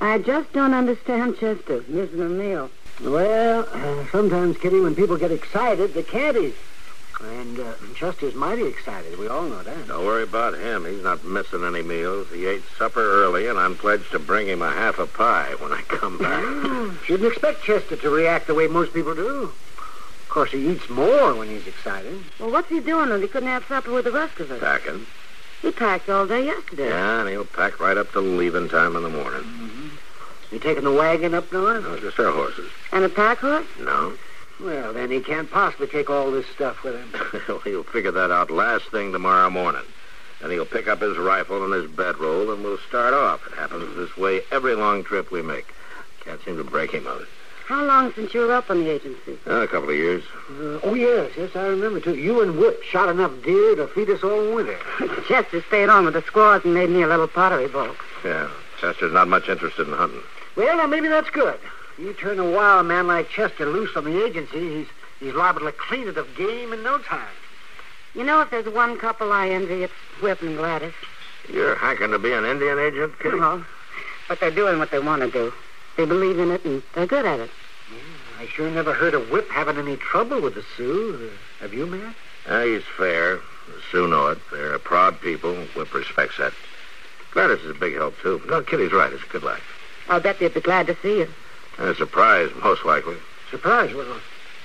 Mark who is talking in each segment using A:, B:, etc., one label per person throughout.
A: I just don't understand Chester missing a meal.
B: Well, uh, sometimes, Kitty, when people get excited, they can't eat. And uh, Chester's mighty excited. We all know that.
C: Don't worry about him. He's not missing any meals. He ate supper early, and I'm pledged to bring him a half a pie when I come back.
B: Shouldn't expect Chester to react the way most people do. Of course, he eats more when he's excited.
A: Well, what's he doing that he couldn't have supper with the rest of us?
C: Packing.
A: He packed all day yesterday.
C: Yeah, and he'll pack right up till leaving time in the morning.
B: You taking the wagon up north?
C: Those are their horses.
A: And a pack horse?
C: No.
B: Well, then he can't possibly take all this stuff with him.
C: he'll figure that out last thing tomorrow morning. Then he'll pick up his rifle and his bedroll, and we'll start off. It happens this way every long trip we make. Can't seem to break him of it.
A: How long since you were up on the agency?
C: Uh, a couple of years.
B: Uh, oh, yes, yes, I remember, too. You and Whip shot enough deer to feed us all winter.
A: Chester stayed on with the squaws and made me a little pottery bowl.
C: Yeah. Chester's not much interested in hunting.
B: Well, now, maybe that's good. You turn a wild man like Chester loose on the agency, he's, he's liable to clean it of game in no time.
A: You know, if there's one couple I envy, it's Whip and Gladys.
C: You're hacking to be an Indian agent, Kitty?
A: Well, But they're doing what they want to do. They believe in it and they're good at it.
B: I sure never heard of Whip having any trouble with the Sioux. Uh, Have you, Matt?
C: Uh, he's fair. The Sioux know it. They're a proud people. Whip respects that. Gladys is a big help, too. No, Kitty's right. It's a good life.
A: I'll bet they'd be glad to see you.
C: And a surprise, most likely.
B: Surprised. Well,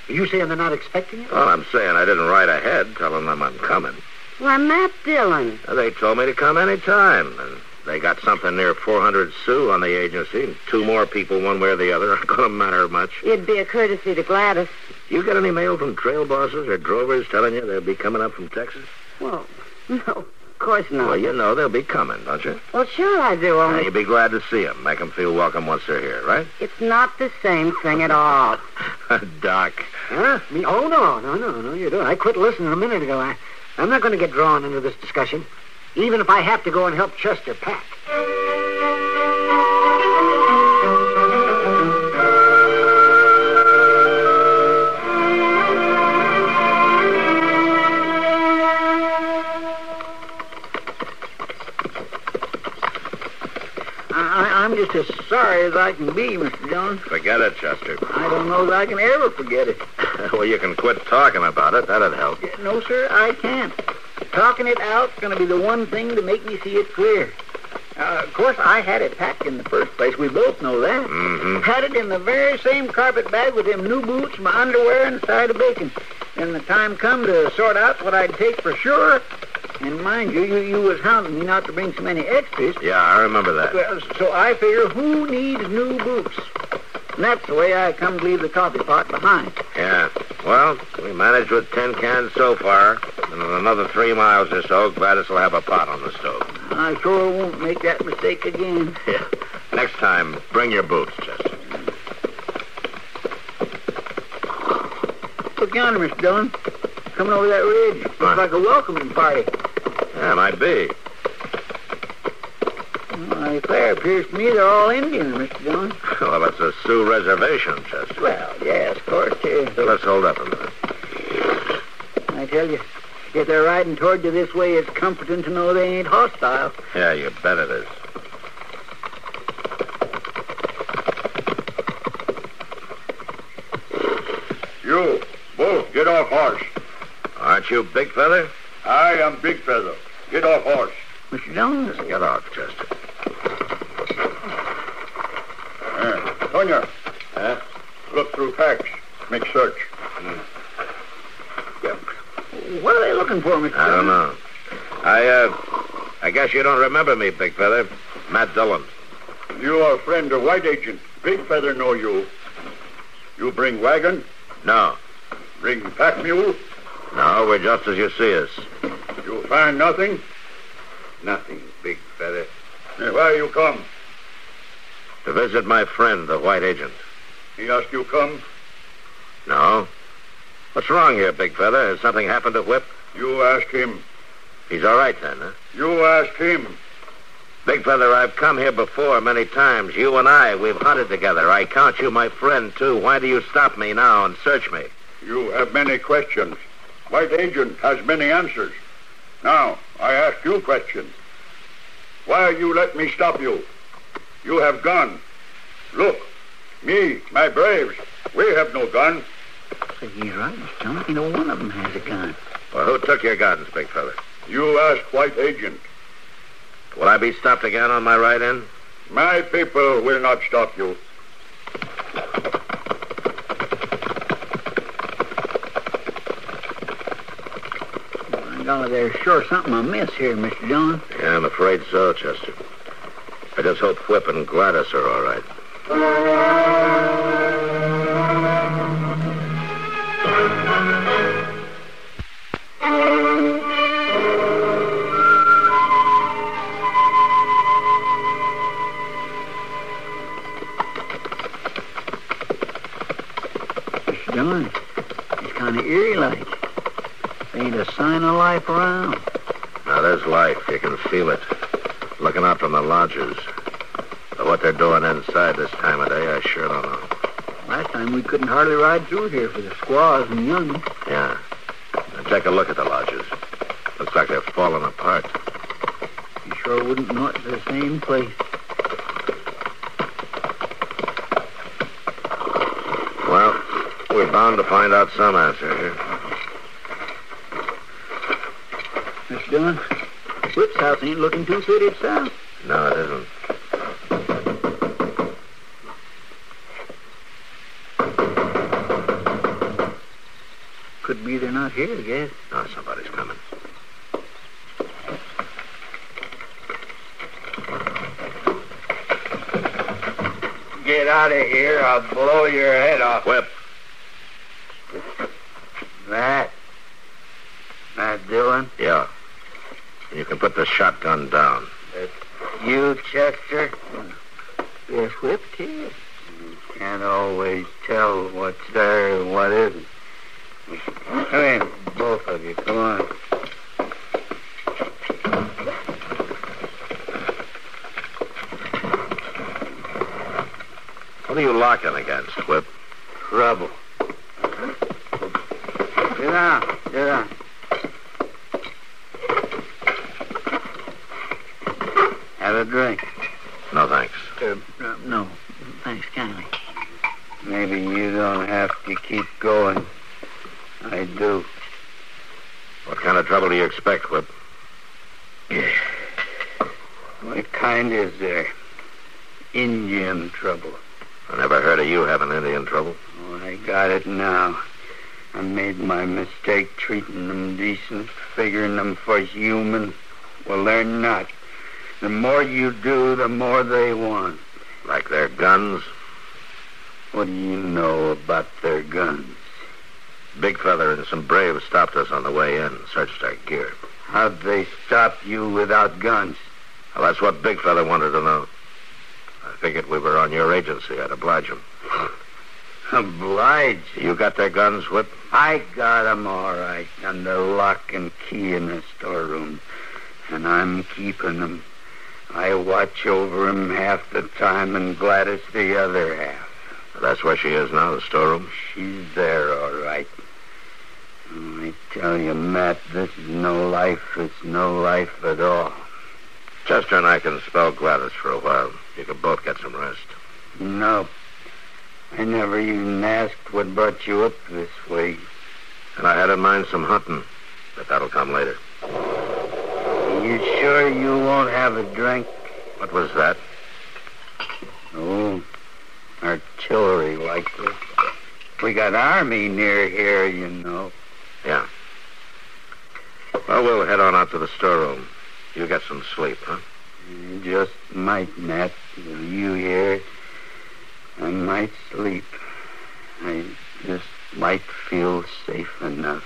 B: are you saying they're not expecting you?
C: Well, I'm saying I didn't write ahead telling them I'm coming.
A: Why, Matt Dillon.
C: Uh, They told me to come any time, and they got something near 400 Sioux on the agency. and Two more people, one way or the other. Not going to matter much.
A: It'd be a courtesy to Gladys.
C: You get any mail from trail bosses or drovers telling you they'll be coming up from Texas?
A: Well, no, of course not.
C: Well, you know they'll be coming, don't you?
A: Well, sure I do,
C: And
A: only
C: you'll be glad to see them. Make them feel welcome once they're here, right?
A: it's not the same thing at all.
C: Doc.
B: Huh? Me? Oh, no, no, no, no, you don't. I quit listening a minute ago. I, I'm not going to get drawn into this discussion, even if I have to go and help Chester pack. I, I, I'm just as sorry as I can be, Mr. Jones.
C: Forget it, Chester.
B: I don't know that I can ever forget it.
C: well, you can quit talking about it. That'd help.
B: No, sir, I can't. Talking it out's going to be the one thing to make me see it clear. Uh, of course, I had it packed in the first place. We both know that.
C: Mm-hmm.
B: Had it in the very same carpet bag with them new boots, my underwear, and a side of bacon. And the time come to sort out what I'd take for sure. And mind you, you, you was hounding me not to bring so many extras.
C: Yeah, I remember that.
B: Well, so I figure who needs new boots? And that's the way I come to leave the coffee pot behind.
C: Yeah. Well, we managed with ten cans so far, and in another three miles or so, Gladys will have a pot on the stove.
B: I sure won't make that mistake again.
C: Yeah. Next time, bring your boots, Chester.
B: Look yonder, Mr. Dillon. Coming over that ridge. Looks
C: Huh.
B: like a welcoming party.
C: Yeah, might be.
B: Why, fair appears to me they're all Indians, Mr. Dillon.
C: Well, it's a Sioux reservation, Chester.
B: Well, yes, of course, uh,
C: Let's hold up a minute.
B: I tell you, if they're riding toward you this way, it's comforting to know they ain't hostile.
C: Yeah, you bet it is. You both get
D: off horse.
C: Aren't you big feather?
D: I am Big Feather. Get off horse.
B: Mr. Jones,
C: Get off, Chester.
D: Uh, Tonya.
B: Uh.
C: Huh?
D: Look through packs. Make search.
B: what are they looking for, Mr.
C: I
B: Jones?
C: don't know. I, uh, I guess you don't remember me, big feather. Matt Dillon.
D: You are a friend of White Agent. Big Feather know you. You bring wagon,
C: No,
D: bring pack mule.
C: no, we're just as you see us.
D: You find nothing.
C: Nothing, big feather.
D: Eh, Why you come?
C: To visit my friend, the white agent.
D: He ask you come.
C: No. What's wrong here, big feather? Has something happened to Whip?
D: You ask him.
C: He's all right then, huh?
D: You ask him.
C: Big feather, I've come here before many times. You and I, we've hunted together. I count you my friend too. Why do you stop me now and search me?
D: You have many questions. White Agent has many answers. Now, I ask you question. Why you let me stop you? You have gun. Look, me, my braves, we have no gun.
B: Say, He's right, Mr. Jones. Neither one of them has a gun.
C: Well, who took your guns, big feather?
D: You ask White Agent.
C: Will I be stopped again on my ride in?
D: My people will not stop you.
B: My golly, there's sure something amiss here, Mr. Jones.
C: Yeah, I'm afraid so, Chester. I just hope Whip and Gladys are all right.
B: Mr. Jones, it's kind of eerie like. There ain't a sign of life around.
C: Now, there's life. You can feel it. Looking out from the lodges. But what they're doing inside this time of day, I sure don't know.
B: Last time we couldn't hardly ride through here for the squaws and young.
C: Yeah. Now, take a look at the lodges. Looks like they're falling apart.
B: You sure wouldn't know it's the same place.
C: Well, we're bound to find out some answer here.
B: Mr. Dillon, Whip's house ain't looking too good itself.
C: No, it isn't.
B: Could be they're not here, I guess.
C: No, somebody's coming.
D: Get out of here, I'll blow your head off.
C: Whip.
B: That. Matt Dillon,
C: Yeah. And you can put the shotgun down.
B: you, Chester. Yes, Whip kid. Can't always tell what's there and what isn't. Come in, both of you. Come on.
C: What are you locking against, Whip?
B: Trouble. Get down. Get down. Have a drink.
C: No, thanks.
B: Uh, no, thanks kindly. Maybe you don't have to keep going. I do.
C: What kind of trouble do you expect, Whip?
B: What kind is there? Indian trouble.
C: I never heard of you having Indian trouble.
B: Oh, I got it now. I made my mistake treating them decent, figuring them for human. Well, they're not. The more you do, the more they want.
C: Like their guns?
B: What do you know about their guns?
C: Big Feather and some braves stopped us on the way in, searched our gear.
B: How'd they stop you without guns?
C: Well, that's what Big Feather wanted to know. I figured we were on your agency. I'd oblige him.
B: Oblige.
C: You got their guns, Whip?
B: I got 'em all right under lock and key in the storeroom, and I'm keeping 'em. I watch over 'em half the time and Gladys the other half.
C: That's where she is now, the storeroom.
B: She's there all right. Oh, I tell you, Matt, this is no life. It's no life at all.
C: Chester and I can spell Gladys for a while. You can both get some rest.
B: No. I never even asked what brought you up this way.
C: And I had in mind some hunting, but that'll come later.
E: You sure you won't have a drink?
C: What was that?
E: Oh, artillery likely. We got army near here, you know.
C: Yeah. Well, we'll head on out to the storeroom. You get some sleep, huh?
E: You Just might, Matt. With you here, I might sleep. I just might feel safe enough.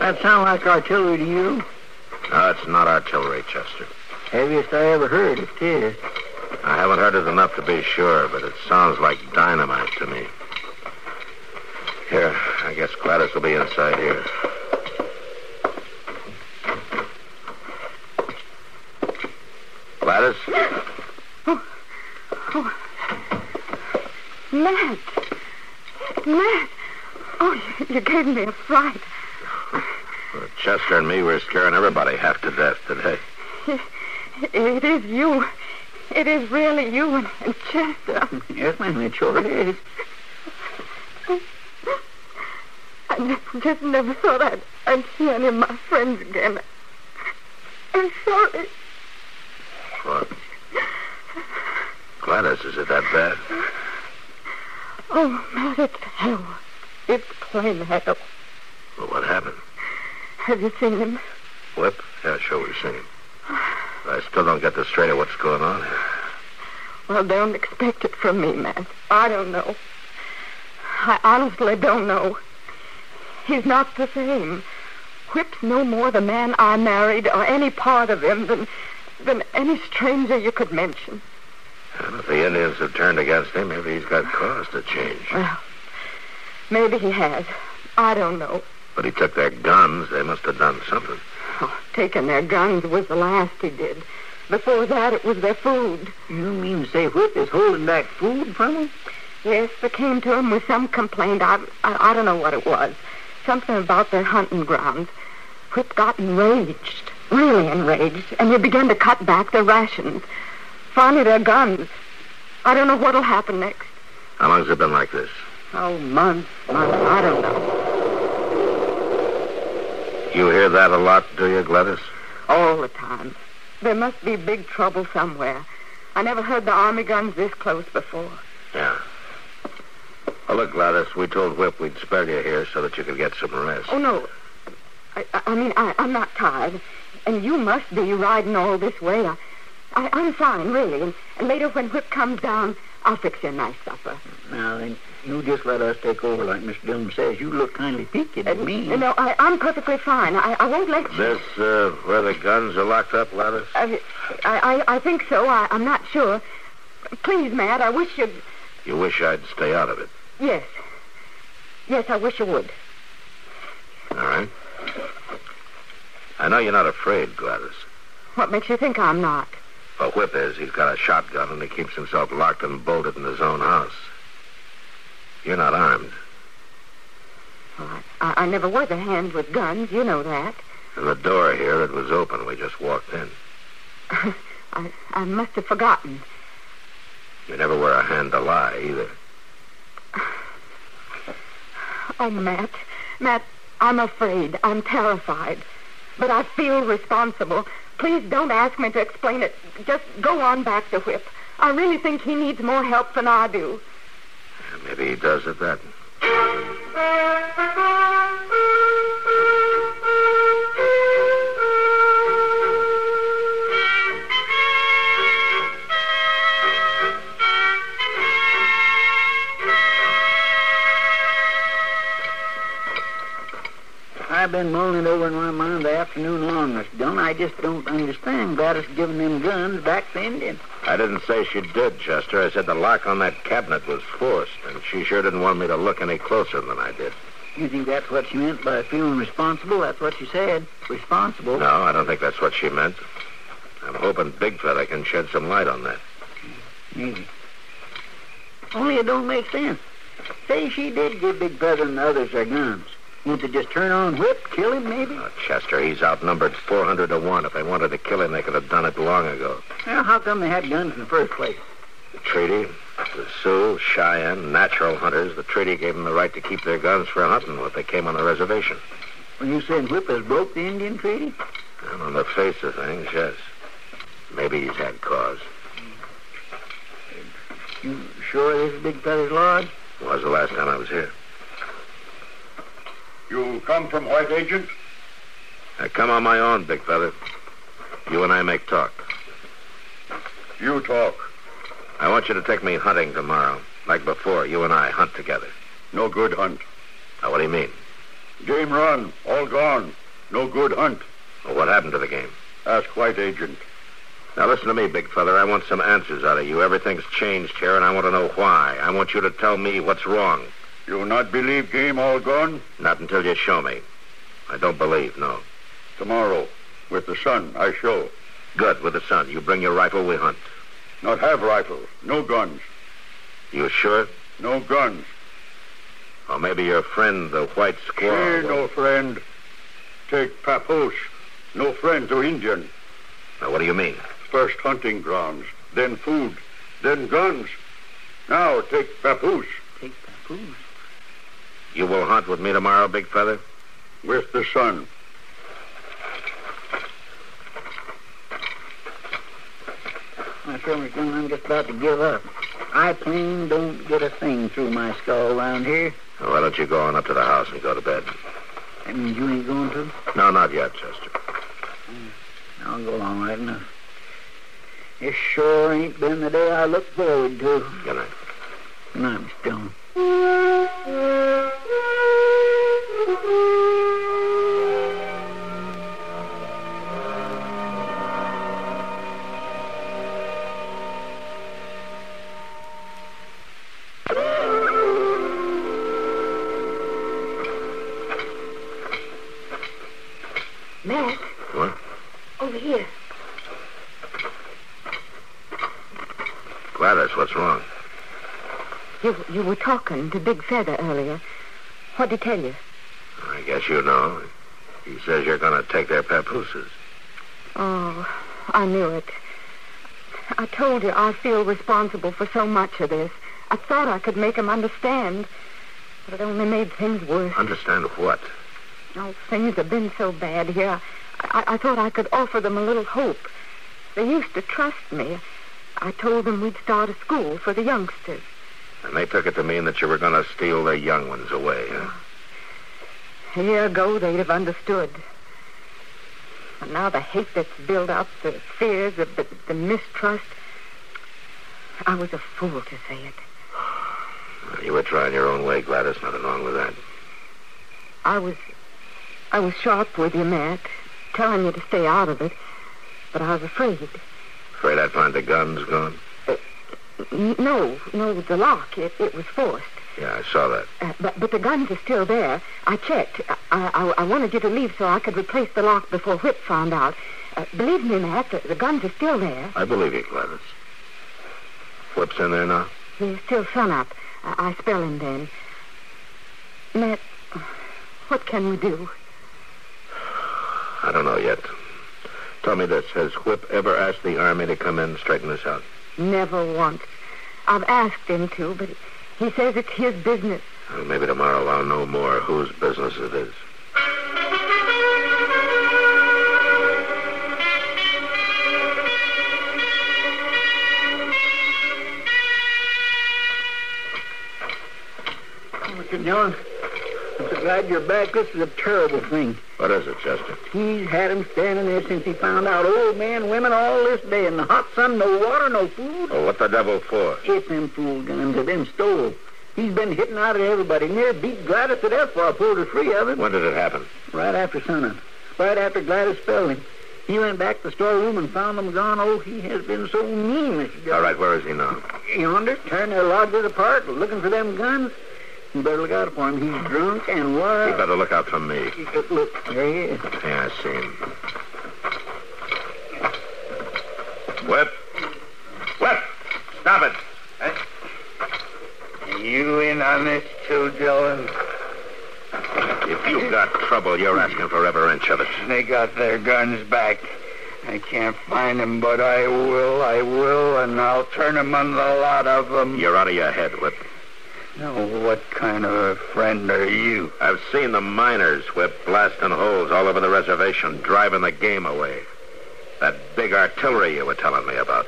B: That sound like artillery to you?
C: No, it's not artillery, Chester.
B: Heaviest I ever heard. It is.
C: I haven't heard it enough to be sure, but it sounds like dynamite to me. Here, I guess Gladys will be inside here. Gladys?
F: Matt. Matt. Oh, you, you gave me a fright.
C: Well, Chester and me were scaring everybody half to death today.
F: It is you. It is really you and, and Chester.
B: Yes, ma'am, it sure is.
F: I just, just never thought I'd, I'd see any of my friends again. I'm sorry.
C: Well, Gladys, is it that bad?
F: Oh, Matt, it's hell. It's plain hell.
C: Well, what happened?
F: Have you seen him?
C: Whip? Yeah, sure, we've seen him. I still don't get the straight of what's going on here.
F: Well, don't expect it from me, Matt. I don't know. I honestly don't know. He's not the same. Whip's no more the man I married or any part of him than than any stranger you could mention.
C: And if the Indians have turned against him, maybe he's got cause to change.
F: Well, maybe he has. I don't know.
C: But he took their guns. They must have done something.
F: Taking their guns was the last he did. Before that, it was their food.
B: You mean to say Whip is holding back food from him?
F: Yes, they came to him with some complaint. I, I, I don't know what it was. Something about their hunting grounds. Whip got enraged, really enraged, and he began to cut back their rations. Finally, their guns. I don't know what'll happen next.
C: How long's it been like this?
F: Oh, months, months. I don't know.
C: You hear that a lot, do you, Gladys?
F: All the time. There must be big trouble somewhere. I never heard the army guns this close before.
C: Yeah. Well, look, Gladys, we told Whip we'd spare you here so that you could get some rest.
F: Oh, no. I, I- I mean, I, I'm not tired. And you must be riding all this way. I, I, I'm fine, really. And, and later when Whip comes down, I'll fix you a nice supper.
B: Now, then, you just let us take over like Miss Dillon says. You look kindly peaked at
F: And,
B: me.
F: You know, I, I'm perfectly fine. I, I won't let you.
C: This, uh, where the guns are locked up, Gladys?
F: I, I, I think so. I, I'm not sure. Please, Matt, I wish you'd...
C: You wish I'd stay out of it.
F: Yes. Yes, I wish you would.
C: All right. I know you're not afraid, Gladys.
F: What makes you think I'm not?
C: But Whip is. He's got a shotgun and he keeps himself locked and bolted in his own house. You're not armed.
F: I, I never was a hand with guns. You know that.
C: And the door here, it was open. We just walked in.
F: I, I must have forgotten.
C: You never were a hand to lie either.
F: Oh, Matt. Matt, I'm afraid. I'm terrified. But I feel responsible. Please don't ask me to explain it. Just go on back to Whip. I really think he needs more help than I do.
C: And maybe he does at that.
B: I've been mulling it over in my mind the afternoon long, Miss Dillon. I just don't understand Gladys giving them guns back to Indians.
C: I didn't say she did, Chester. I said the lock on that cabinet was forced, and she sure didn't want me to look any closer than I did.
B: You think that's what she meant by feeling responsible? That's what she said. Responsible?
C: No, I don't think that's what she meant. I'm hoping Big Fella can shed some light on that.
B: Maybe. Only it don't make sense. Say she did give Big Brother and the others their guns. Won't they just turn on whip, kill him, maybe?
C: Oh, Chester, he's outnumbered 400 to 1. If they wanted to kill him, they could have done it long ago.
B: Well, how come they had guns in the first place?
C: The treaty, the Sioux, Cheyenne, natural hunters, the treaty gave them the right to keep their guns for hunting when they came on the reservation.
B: When you saying whip has broke the Indian treaty?
C: And on the face of things, yes. Maybe he's had cause.
B: You sure this is Big Brother's lodge?
C: Was the last time I was here.
D: You come from White Agent?
C: I come on my own, big fella. You and I make talk.
D: You talk.
C: I want you to take me hunting tomorrow. Like before, you and I hunt together.
D: No good hunt.
C: Now, what do you mean?
D: Game run. All gone. No good hunt.
C: Well, what happened to the game?
D: Ask White Agent.
C: Now, listen to me, big fella. I want some answers out of you. Everything's changed here, and I want to know why. I want you to tell me what's wrong.
D: You not believe game all gone?
C: Not until you show me. I don't believe, no.
D: Tomorrow, with the sun, I show.
C: Good, with the sun. You bring your rifle, we hunt.
D: Not have rifle. No guns.
C: You sure?
D: No guns.
C: Or maybe your friend, the white squaw.
D: Here,
C: will-
D: no friend. Take papoose. No friend to Indian.
C: Now, what do you mean?
D: First hunting grounds, then food, then guns. Now take papoose.
B: Take papoose.
C: You will hunt with me tomorrow, big fella?
D: With the sun.
B: My family's going, I'm just about to give up. I plain don't get a thing through my skull around here.
C: Now, Why don't you go on up to the house and go to bed?
B: That means you ain't going to?
C: No, not yet, Chester.
B: I'll go along right enough. It sure ain't been the day I looked forward to.
C: Good night.
B: And I'm stoned.
F: Matt,
C: What?
F: over here.
C: Gladys, what's wrong?
F: You, you were talking to Big Feather earlier. What'd he tell you?
C: I guess you know. He says you're going to take their papooses.
F: Oh, I knew it. I told you I feel responsible for so much of this. I thought I could make him understand, but it only made things worse.
C: Understand what?
F: Oh, things have been so bad here. I, I thought I could offer them a little hope. They used to trust me. I told them we'd start a school for the youngsters.
C: And they took it to mean that you were going to steal their young ones away. Huh?
F: A year ago, they'd have understood. But now the hate that's built up, the fears, the, the, the mistrust. I was a fool to say it.
C: You were trying your own way, Gladys. Nothing wrong with that.
F: I was, I was sharp with you, Matt, telling you to stay out of it. But I was afraid.
C: Afraid I'd find the guns gone?
F: N- No, no, the lock, it, it was forced.
C: Yeah, I saw that.
F: Uh, but, but the guns are still there. I checked. I, I, I wanted you to leave so I could replace the lock before Whip found out. Uh, believe me, Matt, the, the guns are still there.
C: I believe you, Gladys. Whip's in there now?
F: There's still sun up. I, I spell him then. Matt, what can we do?
C: I don't know yet. Tell me this. Has Whip ever asked the Army to come in and straighten this out?
F: Never once. I've asked him to, but he says it's his business.
C: Well, maybe tomorrow I'll know more whose business it is.
B: Mr. Jones, I'm so glad you're back. This is a terrible thing.
C: What is it, Chester?
B: He's had him standing there since he found out old men, women, all this day in the hot sun, no water, no food.
C: Oh, what the devil for?
B: It's them fool guns that them stole. He's been hitting out at everybody. Near beat Gladys to death while I pulled her free of him.
C: When did it happen?
B: Right after sunup. Right after Gladys fell him. He went back to the storeroom and found them gone. Oh, he has been so mean, Mr. Jones.
C: Uh. All right, where is he now?
B: Yonder, tearing their lodges apart, looking for them guns.
G: You better look out for him. He's drunk and
C: You
G: wild.
C: better look out for me.
G: Look, there he is.
C: Yeah, I see him. Whip. Whip. Stop it.
B: You in on this too, Dillon?
C: If you've got trouble, you're asking for every inch of it.
B: They got their guns back. I can't find them, but I will, I will, and I'll turn them on the lot of them.
C: You're out of your head, Whip.
B: Now, what kind of a friend are you?
C: I've seen the miners, Whip, blasting holes all over the reservation, driving the game away. That big artillery you were telling me about.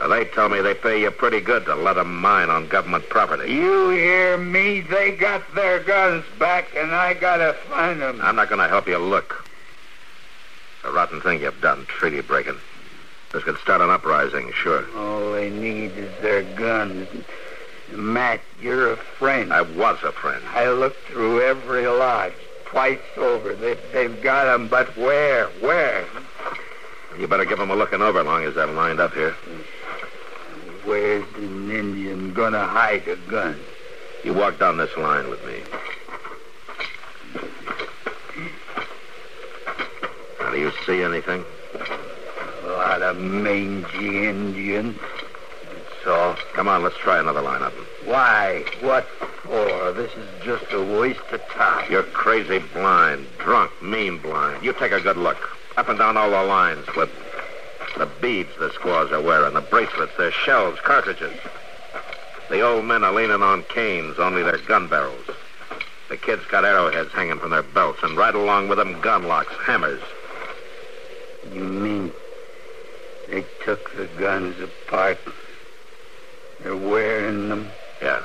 C: Well, they tell me they pay you pretty good to let 'em mine on government property.
B: You hear me? They got their guns back, and I gotta find them.
C: I'm not going to help you look. A rotten thing you've done, treaty breaking. This could start an uprising, sure.
B: All they need is their guns. Matt, you're a friend.
C: I was a friend.
B: I looked through every lodge twice over. They, they've got 'em, but where? Where?
C: You better give 'em a looking over long as they're lined up here.
B: Where's an Indian gonna hide a gun?
C: You walk down this line with me. Now, do you see anything?
B: A lot of mangy Indians. That's all.
C: Come on, let's try another lineup.
B: Why? What for? This is just a waste of time.
C: You're crazy blind, drunk, mean blind. You take a good look. Up and down all the lines, Whip. The beads the squaws are wearing, the bracelets, their shells, cartridges. The old men are leaning on canes, only their gun barrels. The kids got arrowheads hanging from their belts, and right along with them, gun locks, hammers.
B: You mean they took the guns apart? They're wearing them.
C: Yeah.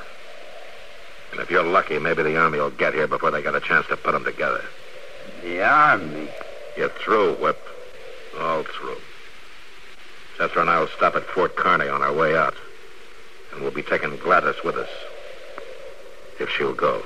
C: And if you're lucky, maybe the army will get here before they got a chance to put them together.
B: The army.
C: You're through, Whip. All through. Chester and I will stop at Fort Kearney on our way out. And we'll be taking Gladys with us. If she'll go.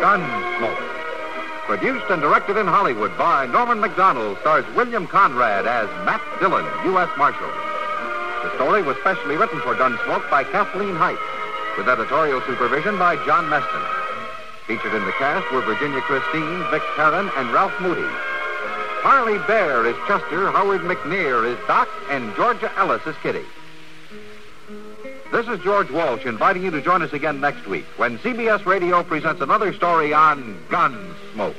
H: Gunsmoke. Produced and directed in Hollywood by Norman McDonald, stars William Conrad as Matt Dillon, U.S. Marshal. The story was specially written for Gunsmoke by Kathleen Height, with editorial supervision by John Meston. Featured in the cast were Virginia Christine, Vic Perrin, and Ralph Moody. Harley Bear is Chester, Howard McNear is Doc, and Georgia Ellis is Kitty. This is George Walsh inviting you to join us again next week when CBS Radio presents another story on Gunsmoke.